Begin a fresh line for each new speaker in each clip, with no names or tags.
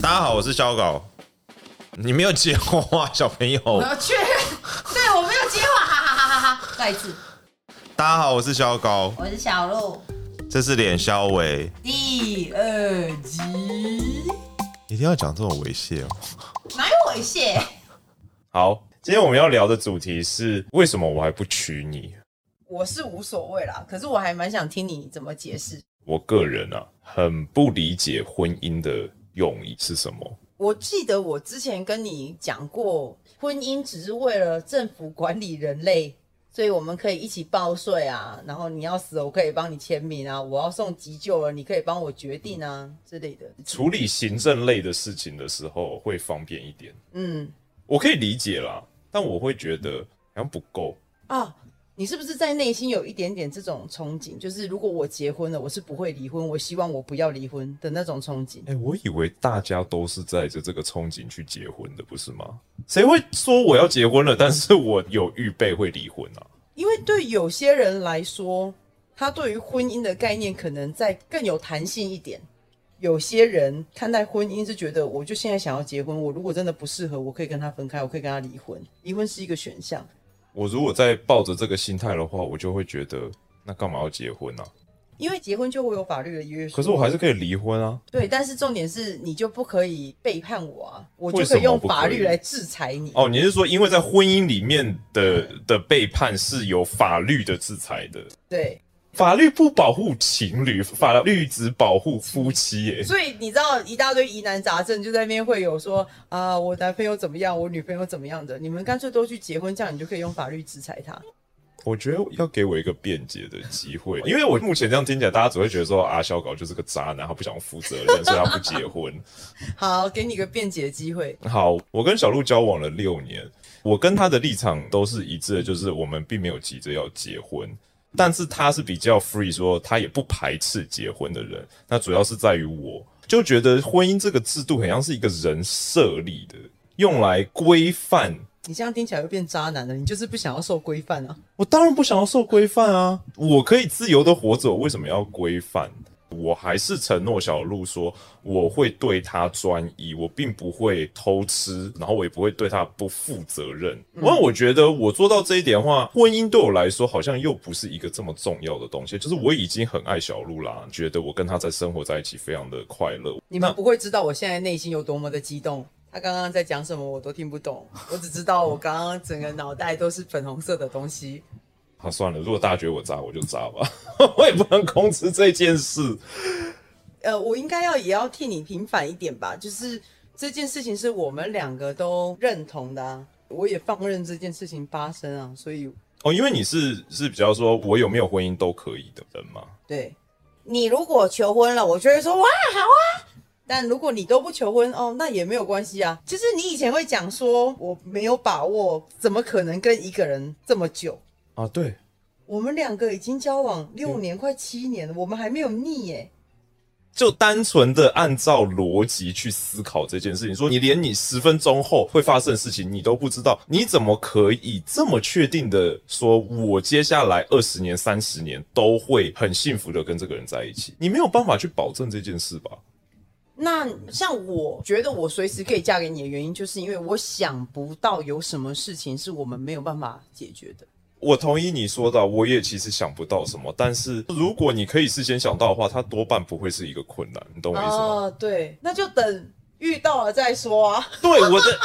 大家好，我是小狗。你没有接话，小朋友。
我要确认，对我没有接话，哈哈哈哈哈！再一次，
大家好，我是小狗，
我是小鹿，
这是脸肖维。
第二集，
一定要讲这种猥亵哦。
哪有猥亵？
好，今天我们要聊的主题是为什么我还不娶你？
我是无所谓啦，可是我还蛮想听你怎么解释。
我个人啊，很不理解婚姻的用意是什么。
我记得我之前跟你讲过，婚姻只是为了政府管理人类，所以我们可以一起报税啊，然后你要死，我可以帮你签名啊，我要送急救了，你可以帮我决定啊之类的。
处理行政类的事情的时候会方便一点，
嗯，
我可以理解啦，但我会觉得好像不够。
啊，你是不是在内心有一点点这种憧憬？就是如果我结婚了，我是不会离婚，我希望我不要离婚的那种憧憬。
哎、我以为大家都是带着这个憧憬去结婚的，不是吗？谁会说我要结婚了，但是我有预备会离婚啊？
因为对有些人来说，他对于婚姻的概念可能在更有弹性一点。有些人看待婚姻是觉得，我就现在想要结婚，我如果真的不适合，我可以跟他分开，我可以跟他离婚，离婚是一个选项。
我如果再抱着这个心态的话，我就会觉得那干嘛要结婚啊？
因为结婚就会有法律的约束，
可是我还是可以离婚啊。
对，但是重点是你就不可以背叛我啊，我就
为
可
什
以用
么不
法
可以
律来制裁你。
哦，你是说因为在婚姻里面的的背叛是有法律的制裁的？
对，
法律不保护情侣，法律只保护夫妻 耶。
所以你知道一大堆疑难杂症就在那边会有说啊，我男朋友怎么样，我女朋友怎么样的，你们干脆都去结婚，这样你就可以用法律制裁他。
我觉得要给我一个辩解的机会，因为我目前这样听起来，大家只会觉得说啊，小狗就是个渣男，他不想负责任，所以他不结婚。
好，给你个辩解的机会。
好，我跟小鹿交往了六年，我跟他的立场都是一致的，就是我们并没有急着要结婚，但是他是比较 free，说他也不排斥结婚的人。那主要是在于我就觉得婚姻这个制度很像是一个人设立的，用来规范
你这样听起来又变渣男了，你就是不想要受规范啊。
我当然不想要受规范啊！我可以自由的活着，我为什么要规范？我还是承诺小鹿说，我会对他专一，我并不会偷吃，然后我也不会对他不负责任。因为我觉得我做到这一点的话，婚姻对我来说好像又不是一个这么重要的东西。就是我已经很爱小鹿啦，觉得我跟他在生活在一起非常的快乐。
你们不会知道我现在内心有多么的激动。他刚刚在讲什么，我都听不懂。我只知道我刚刚整个脑袋都是粉红色的东西。
啊，算了，如果大家觉得我渣，我就渣吧， 我也不能控制这件事。
呃，我应该要也要替你平反一点吧，就是这件事情是我们两个都认同的啊，我也放任这件事情发生啊，所以
哦，因为你是是比较说我有没有婚姻都可以的人嘛。
对你如果求婚了，我就会说哇好啊，但如果你都不求婚哦，那也没有关系啊。就是你以前会讲说我没有把握，怎么可能跟一个人这么久？
啊，对，
我们两个已经交往六年，快七年了，我们还没有腻耶、
就单纯的按照逻辑去思考这件事情，说你连你十分钟后会发生的事情你都不知道，你怎么可以这么确定的说，我接下来二十年、三十年都会很幸福的跟这个人在一起？你没有办法去保证这件事吧？
那像我觉得我随时可以嫁给你的原因，就是因为我想不到有什么事情是我们没有办法解决的。
我同意你说的，我也其实想不到什么，但是如果你可以事先想到的话，它多半不会是一个困难，你懂我意思吗？
哦，对，那就等遇到了再说啊。
对我的，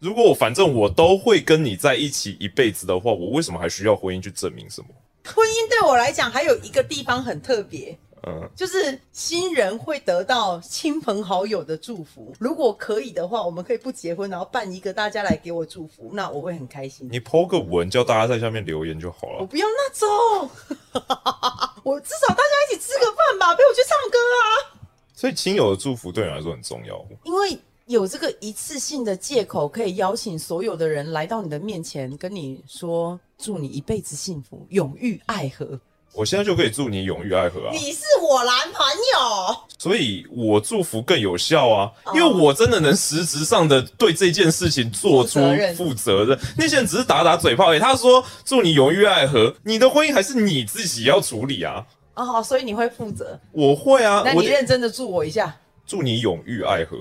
如果我反正我都会跟你在一起一辈子的话，我为什么还需要婚姻去证明什么？
婚姻对我来讲还有一个地方很特别，
嗯，
就是新人会得到亲朋好友的祝福。如果可以的话，我们可以不结婚，然后办一个大家来给我祝福，那我会很开心。
你 Po 个文，叫大家在下面留言就好
我
了。
不要那种， 我至少大家一起吃个饭吧，陪我去唱歌啊。
所以亲友的祝福对你来说很重要。
因为有这个一次性的借口，可以邀请所有的人来到你的面前，跟你说祝你一辈子幸福，永浴爱河。
我现在就可以祝你永浴爱河啊，
你是我男朋友，
所以我祝福更有效啊，
哦
因为我真的能实质上的对这件事情做出
负责任
负责任。那些人只是打打嘴炮而已。他说祝你永浴爱河，你的婚姻还是你自己要处理啊。
哦，所以你会负责？
我会啊，
那
我
你
的
认真的祝我一下。
祝你永浴爱河。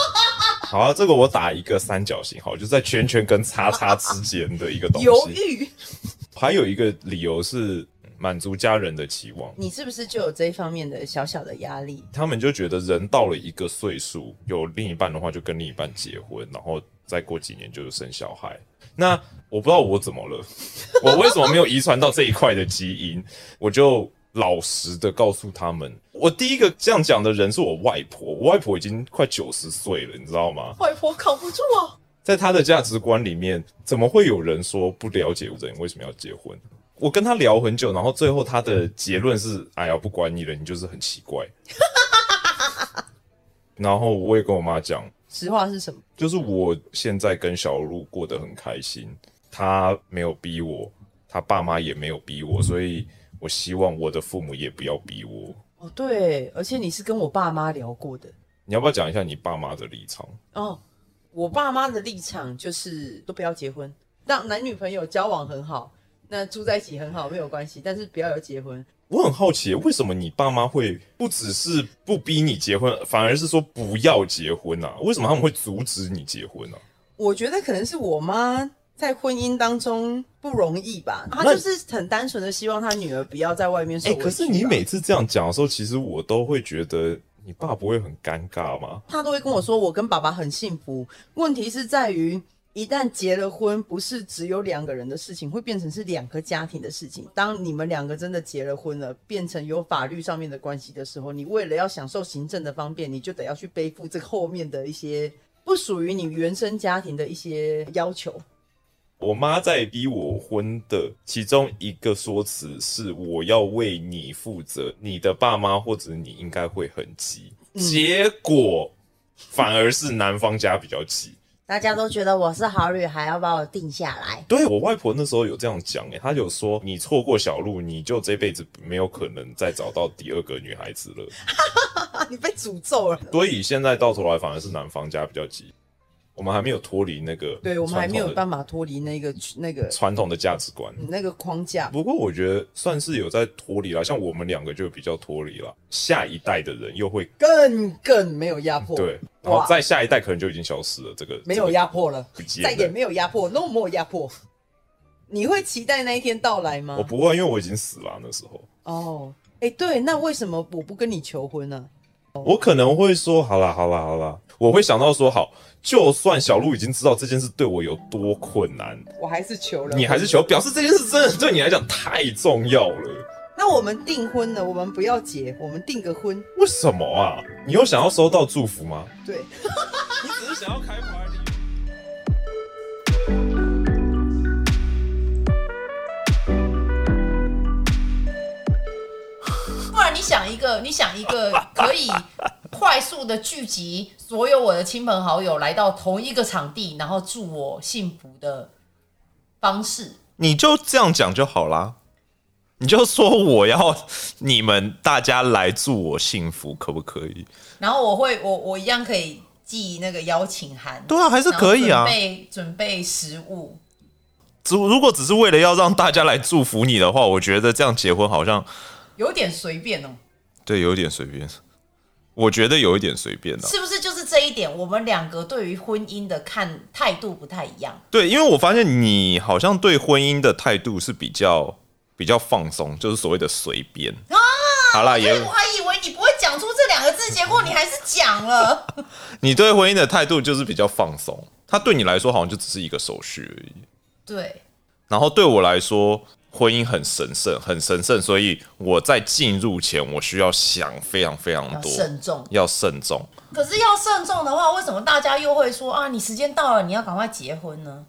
好、啊，这个我打一个三角形，好，就在圈圈跟叉叉之间的一个东
犹
西。
豫，
还有一个理由是满足家人的期望，
你是不是就有这一方面的小小的压力？
他们就觉得人到了一个岁数，有另一半的话就跟另一半结婚，然后再过几年就是生小孩。那我不知道我怎么了， 我为什么没有遗传到这一块的基因？我就老实的告诉他们，我第一个这样讲的人是我外婆，我外婆已经快九十岁了，你知道吗？
外婆扛不住啊！
在他的价值观里面，怎么会有人说不了解人为什么要结婚？我跟他聊很久，然后最后他的结论是：哎呀，不管你了，你就是很奇怪。 然后我也跟我妈讲，
实话是什么？
就是我现在跟小鹿过得很开心，他没有逼我，他爸妈也没有逼我，所以我希望我的父母也不要逼我。
哦，对，而且你是跟我爸妈聊过的
你要不要讲一下你爸妈的立场？
哦。我爸妈的立场就是都不要结婚，让男女朋友交往很好，那住在一起很好没有关系，但是不要有结婚。
我很好奇，为什么你爸妈会不只是不逼你结婚，反而是说不要结婚啊？为什么他们会阻止你结婚啊呢、
我觉得可能是我妈在婚姻当中不容易吧，她
那
就是很单纯的希望她女儿不要在外面受
哎、
委屈吧。
可
啊
是你每次这样讲的时候，其实我都会觉得你爸不会很尴尬吗？
她都会跟我说，我跟爸爸很幸福。问题是在于，一旦结了婚，不是只有两个人的事情，会变成是两个家庭的事情。当你们两个真的结了婚了，变成有法律上面的关系的时候，你为了要享受行政的方便，你就得要去背负这个后面的一些不属于你原生家庭的一些要求。
我妈在逼我婚的其中一个说辞是我要为你负责，你的爸妈或者你应该会很急，结果反而是男方家比较急。
大家都觉得我是好女孩，要把我定下来。
对我外婆那时候有这样讲诶、她有说你错过小鹿，你就这辈子没有可能再找到第二个女孩子了。
啊， 你被诅咒了。
所以现在到头来反而是男方家比较急，我们还没有脱离那个
对我们还没有
传统的
办法嗯脱离那个那个
传统的价值观。
那个框架。
不过我觉得算是有在脱离了，像我们两个就比较脱离了，下一代的人又会
更更没有压迫，
对，然后
哇，
再下一代可能就已经消失了。这个
没有压迫了
不，见了
再也没有压迫，no more 压迫。你会期待那一天到来吗
我？不会，因为我已经死了啊那时候。
哦，哎，对，那为什么我不跟你求婚呢、
我可能会说，好啦，好啦，好啦，我会想到说，好，就算小鹿已经知道这件事对我有多困难，
我还是求了。
你还是求，表示这件事真的对你来讲太重要了。
那我们订婚了，我们不要结，我们订个婚。
为什么啊？你有想要收到祝福吗？
对，
你只是想要开 party。
不然你想一个，你想一个可以快速的聚集所有我的亲朋好友来到同一个场地，然后祝我幸福的方式。
你就这样讲就好啦。你就说我要你们大家来祝我幸福，可不可以？
然后我会，我我一样可以寄那个邀请函，
对啊，还是
然后
可以啊
准。备准备食物，
只如果只是为了要让大家来祝福你的话，我觉得这样结婚好像
有点随便哦，
对有一点随便。我觉得有一点随便的、啊
是不是？就是这一点，我们两个对于婚姻的看态度不太一样。
对，因为我发现你好像对婚姻的态度是比较比较放松，就是所谓的随便。
哦
好啦，也
哎我还以为你不会讲出这两个字，结果你还是讲了。
你对婚姻的态度就是比较放松，它对你来说好像就只是一个手续而已。
对，
然后对我来说，婚姻很神圣，很神圣，所以我在进入前，我需要想非常非常
要
多，
慎重。
要慎重。
可是要慎重的话，为什么大家又会说啊，你时间到了，你要赶快结婚呢？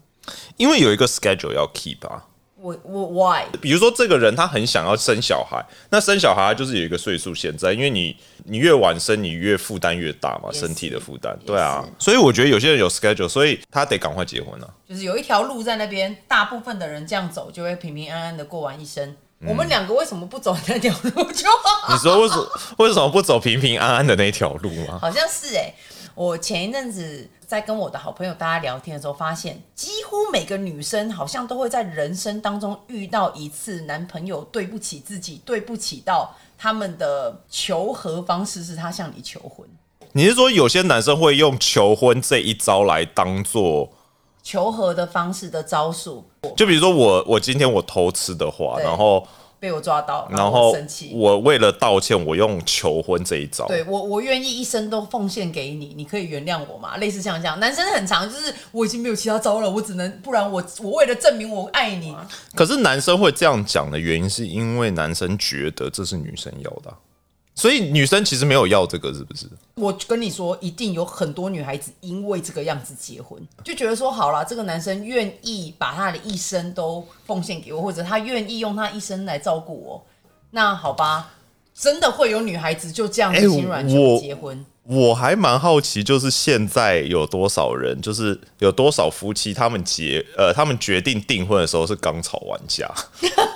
因为有一个 schedule 要 keep 啊。
我我 why？
比如说，这个人他很想要生小孩，那生小孩他就是有一个岁数限制，因为你你越晚生，你越负担越大嘛，
也是
身体的负担。对啊，所以我觉得有些人有 schedule，所以他得赶快结婚啊。
就是有一条路在那边，大部分的人这样走就会平平安安的过完一生。
嗯
我们两个为什么不走那条路 就好？
你说为什为什么不走平平安安的那条路吗？
好像是哎、我前一阵子在跟我的好朋友大家聊天的时候，发现几乎每个女生好像都会在人生当中遇到一次男朋友对不起自己，对不起到他们的求和方式是他向你求婚。
你是说有些男生会用求婚这一招来当做，
求和的方式的招数
就比如说我我今天我偷吃的话，
对
然后
被我抓到，
然
后我
后
生气。
我为了道歉，我用求婚这一招，
对我，我愿意一生都奉献给你，你可以原谅我吗？类似像这样，男生很长，就是我已经没有其他招了，我只能，不然我我为了证明我爱你，
可是男生会这样讲的原因，是因为男生觉得这是女生要的啊、所以女生其实没有要这个，是不是？
我跟你说，一定有很多女孩子因为这个样子结婚，就觉得说好了，这个男生愿意把他的一生都奉献给我，或者他愿意用他一生来照顾我。那好吧，真的会有女孩子就这样
哎
子心软
我
就结婚。
我还蛮好奇，就是现在有多少人，就是有多少夫妻，他们结呃，他们决定订婚的时候是刚吵完架，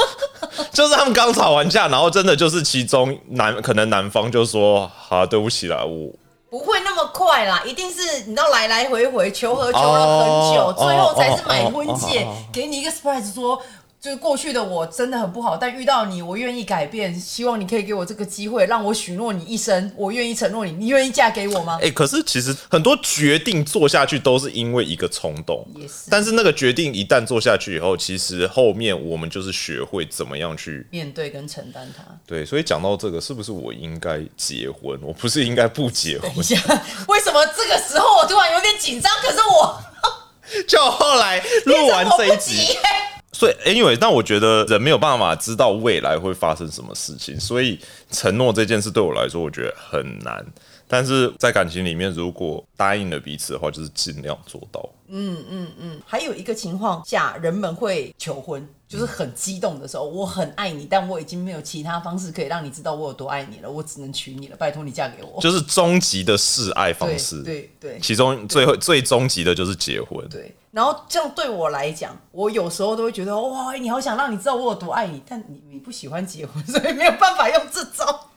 就是他们刚吵完架，然后真的就是其中男可能男方就说：“好、对不起啦，我
不会那么快啦，一定是你知道来来回回求和求了很久，
哦
最后才是买婚戒，
哦哦哦
给你一个 surprise，说就是过去的我真的很不好，但遇到你，我愿意改变，希望你可以给我这个机会，让我许诺你一生，我愿意承诺你，你愿意嫁给我吗？
哎、可是其实很多决定做下去都是因为一个冲动，
也是
但是那个决定一旦做下去以后，其实后面我们就是学会怎么样去
面对跟承担它。
对。所以讲到这个，是不是我应该结婚？我不是应该不结婚
等？一下，哎为什么这个时候我突然有点紧张？可是我
就后来录完这一集，，所以 anyway，但我觉得人没有办法知道未来会发生什么事情，所以承诺这件事对我来说，我觉得很难。但是在感情里面，如果答应了彼此的话，就是尽量做到。
还有一个情况下，人们会求婚，就是很激动的时候，我很爱你，但我已经没有其他方式可以让你知道我有多爱你了，我只能娶你了，拜托你嫁给我。
就是终极的示爱方
对
式。
对对
其中最后最终极的就是结婚。
对，然后这样对我来讲，我有时候都会觉得哇，你好想让你知道我有多爱你，但你你不喜欢结婚，所以没有办法用这招。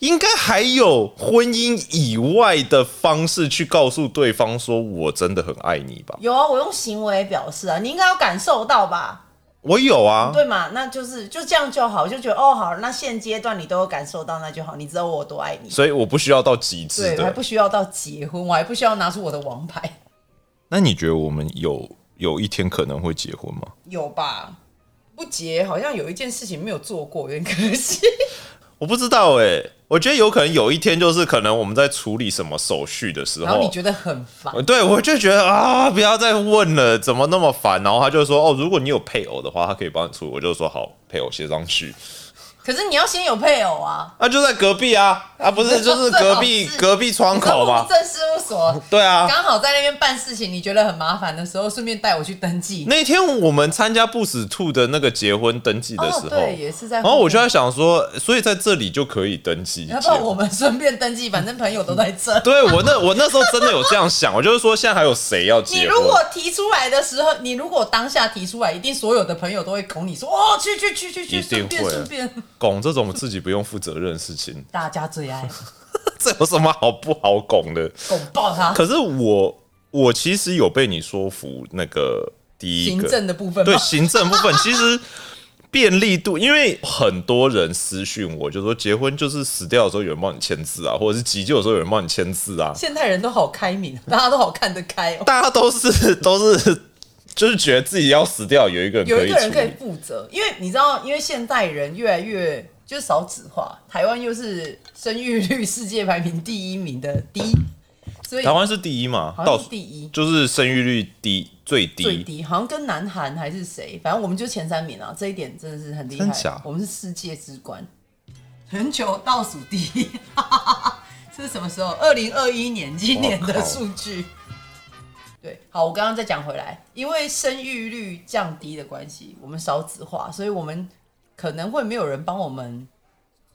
应该还有婚姻以外的方式去告诉对方说我真的很爱你吧？
有啊，我用行为表示啊，你应该要感受到吧。
我有啊，
对嘛？那就是就这样就好，就觉得哦好，那现阶段你都有感受到，那就好，你知道我有多爱你。
所以我不需要到极致
对，我还
的
不。需要到结婚，我还不需要拿出我的王牌，
那你觉得我们有有一天可能会结婚吗？
有吧？不结好像有一件事情没有做过，有点可惜。
我不知道哎、我觉得有可能有一天就是可能我们在处理什么手续的时候，
然后你觉得很烦，
对，我就觉得啊，不要再问了，怎么那么烦？然后他就说，哦，如果你有配偶的话，他可以帮你处理。我就说好，配偶写上去。
可是你要先有配偶啊，
啊，就在隔壁啊，啊，不是，就是隔壁
最好是
隔壁窗口
户
嘛。
政事务 所。
对啊，
刚好在那边办事情，你觉得很麻烦的时候，顺便带我去登记。
那天我们参加不死兔的那个结婚登记的时
哦，
候，
对，也是在。
然后我就在，想说，所以在这里就可以登记结
要不然我
婚。
们顺便登记，反正朋友都在这。
对我那我那时候真的有这样 想，我就是说现在还有谁要
你
结
如果
婚？
提出来的时候，你如果当下提出来，一定所有的朋友都会拱你说：“哦，去去去去去，
一定
顺便
会啊
顺便。
拱这种自己不用负责任的事情”，
大家最爱
这有什么好不好拱的？
拱爆他。
可是我我其实有被你说服，那个第一
行
个
政的 部分
对
吗？
行政部分，其实便利度，因为很多人私讯我，就说结婚就是死掉的时候有人帮你签字啊，或者是急救的时候有人帮你签字啊，
现代人都好开明， 大家都好看得开哦。
大家都是都是就是觉得自己要死掉，有一个人
有
可
一
以
个人
处
可以
理。
负责，因为你知道，因为现代人越来越就是少子化，台湾又是生育率世界排名第一名的低，所以
台湾是第一嘛，
好
倒
像
数
是第一。
就是生育率低最低，
最低，好像跟南韩还是谁，反正我们就前三名啊，这一点真的是很厉
真
害
假。
我们是世界之冠，全球倒数第一， 这是什么时候？二零二一年，今年的数据。对，好，我刚刚再讲回来，因为生育率降低的关系，我们少子化，所以我们可能会没有人帮我们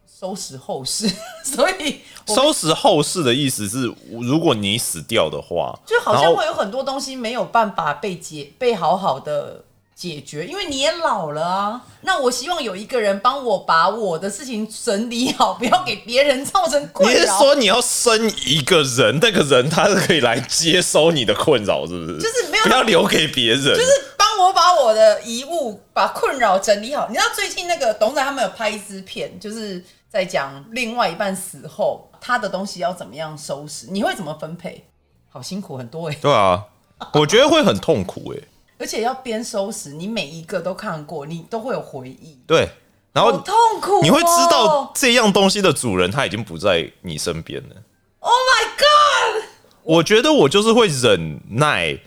收拾后事， 所以我们
收拾后事的意思是，如果你死掉的话，
就好
然
像
后
会有很多东西没有办法被解被好好的解决，因为你也老了啊。那我希望有一个人帮我把我的事情整理好，不要给别人造成
你
困
是
扰。
说你要生一个人，那个人他是可以来接收你的困扰，是不是？
就是没有
不要留给别人，
就是帮我把我的遗物、把困扰整理好。你知道最近那个董事长他们有拍一支片，就是在讲另外一半死后他的东西要怎么样收拾，你会怎么分配？好辛苦，很多哎、
对啊，我觉得会很痛苦哎、
而且要边收拾，你每一个都看过，你都会有回忆，
对，然
好
后
痛苦、哦。
你会知道这样东西的主人他已经不在你身边了。
，Oh my God！
我觉得我就是会忍耐、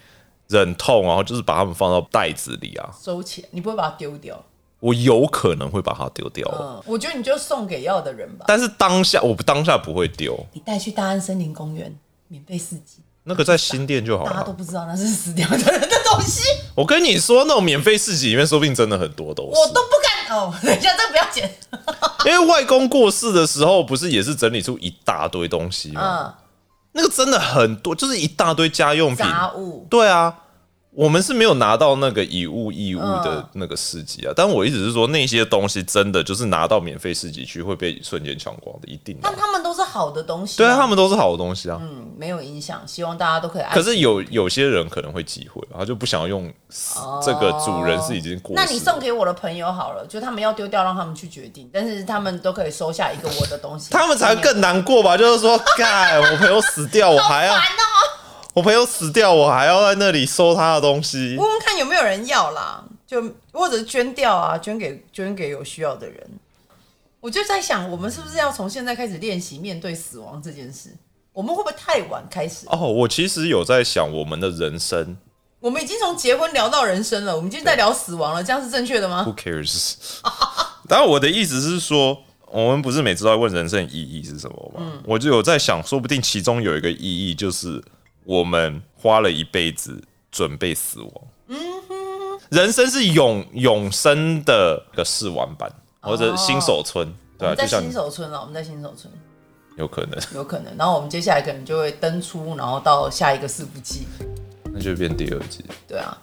忍痛，然后就是把它们放到袋子里啊。
收起来，你不会把它丢掉。
我有可能会把它丢掉，
嗯，我觉得你就送给要的人吧。
但是当下我不当下不会丢，
你带去大安森林公园免费试机，
那个在新店就好
大家都
了。
不知道那是死掉的人的东 西，
我跟你说，那种免费市集里面说不定真的很多都
我
是。
都不敢。哦，等一下，这个不要剪。
因为外公过世的时候，不是也是整理出一大堆东西吗？
嗯，
那个真的很多，就是一大堆家用品。
杂物。
对啊，我们是没有拿到那个以物易物的那个市
嗯
集啊，但我一直是说那些东西真的就是拿到免费市集去会被瞬间抢光的，一定的啊、
但他们都是好的东西、
对啊，他们都是好东西啊。
嗯没有影响，希望大家都可以爱。
可是有有些人可能会忌讳吧，他就不想要用死
哦
这个主人是已经过世了。
那你送给我的朋友好了，就他们要丢掉，让他们去决定，但是他们都可以收下一个我的东西。
他们才会更难过吧？就是说，干，我朋友死掉，我还 要，
烦哦。
我朋友死掉，我还要在那里收他的东西
问。问看有没有人要啦，就或者捐掉啊，捐给捐给有需要的人。我就在想，我们是不是要从现在开始练习面对死亡这件事？我们会不会太晚开始？
哦，我其实有在想，我们的人生
我们已经从结婚聊到人生了，我们今天在聊死亡了，这样是正确的吗？
Who cares？当 然，我的意思是说，我们不是每次都在问人生意义是什么吗？
嗯
我就有在想，说不定其中有一个意义就是我们花了一辈子准备死亡。
嗯
人生是永永生的一个试玩版，或者新手村，对
哦我
啊，
们在
就像
新
你
手村了，我们在新手村
有可能，
有可能。然后我们接下来可能就会登出，然后到下一个四部季。
那就变第二季。
对啊，